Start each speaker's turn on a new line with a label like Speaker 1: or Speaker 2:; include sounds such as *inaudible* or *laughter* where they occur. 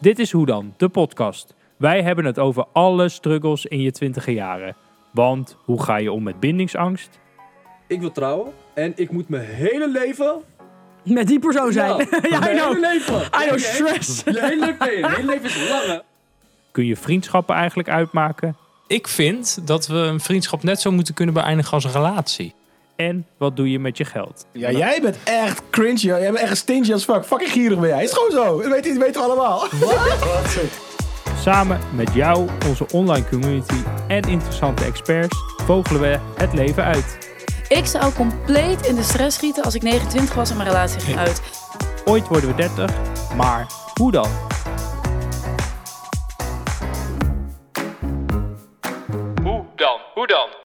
Speaker 1: Dit is Hoe Dan, de podcast. Wij hebben het over alle struggles in je twintige jaren. Want hoe ga je om met bindingsangst?
Speaker 2: ik wil trouwen en ik moet mijn hele leven...
Speaker 3: Met die persoon zijn.
Speaker 2: Ja,
Speaker 3: *laughs* Ja,
Speaker 2: mijn
Speaker 3: I
Speaker 2: hele
Speaker 3: know.
Speaker 2: leven.
Speaker 3: I
Speaker 2: Je-
Speaker 3: know stress.
Speaker 2: Je hele leven, nee, je hele leven is lang, hè.
Speaker 1: Kun je vriendschappen eigenlijk uitmaken?
Speaker 4: Ik vind dat we een vriendschap net zo moeten kunnen beëindigen als een relatie.
Speaker 1: En wat doe je met je geld?
Speaker 5: Ja, jij bent echt cringe. joh. Jij bent echt stingy as fuck. Fucking gierig ben jij. Is gewoon zo. Dat weten, dat weten we allemaal.
Speaker 1: Samen met jou, onze online community en interessante experts vogelen we het leven uit.
Speaker 6: Ik zou compleet in de stress schieten als ik 29 was en mijn relatie ging uit.
Speaker 1: Ooit worden we 30, maar hoe dan?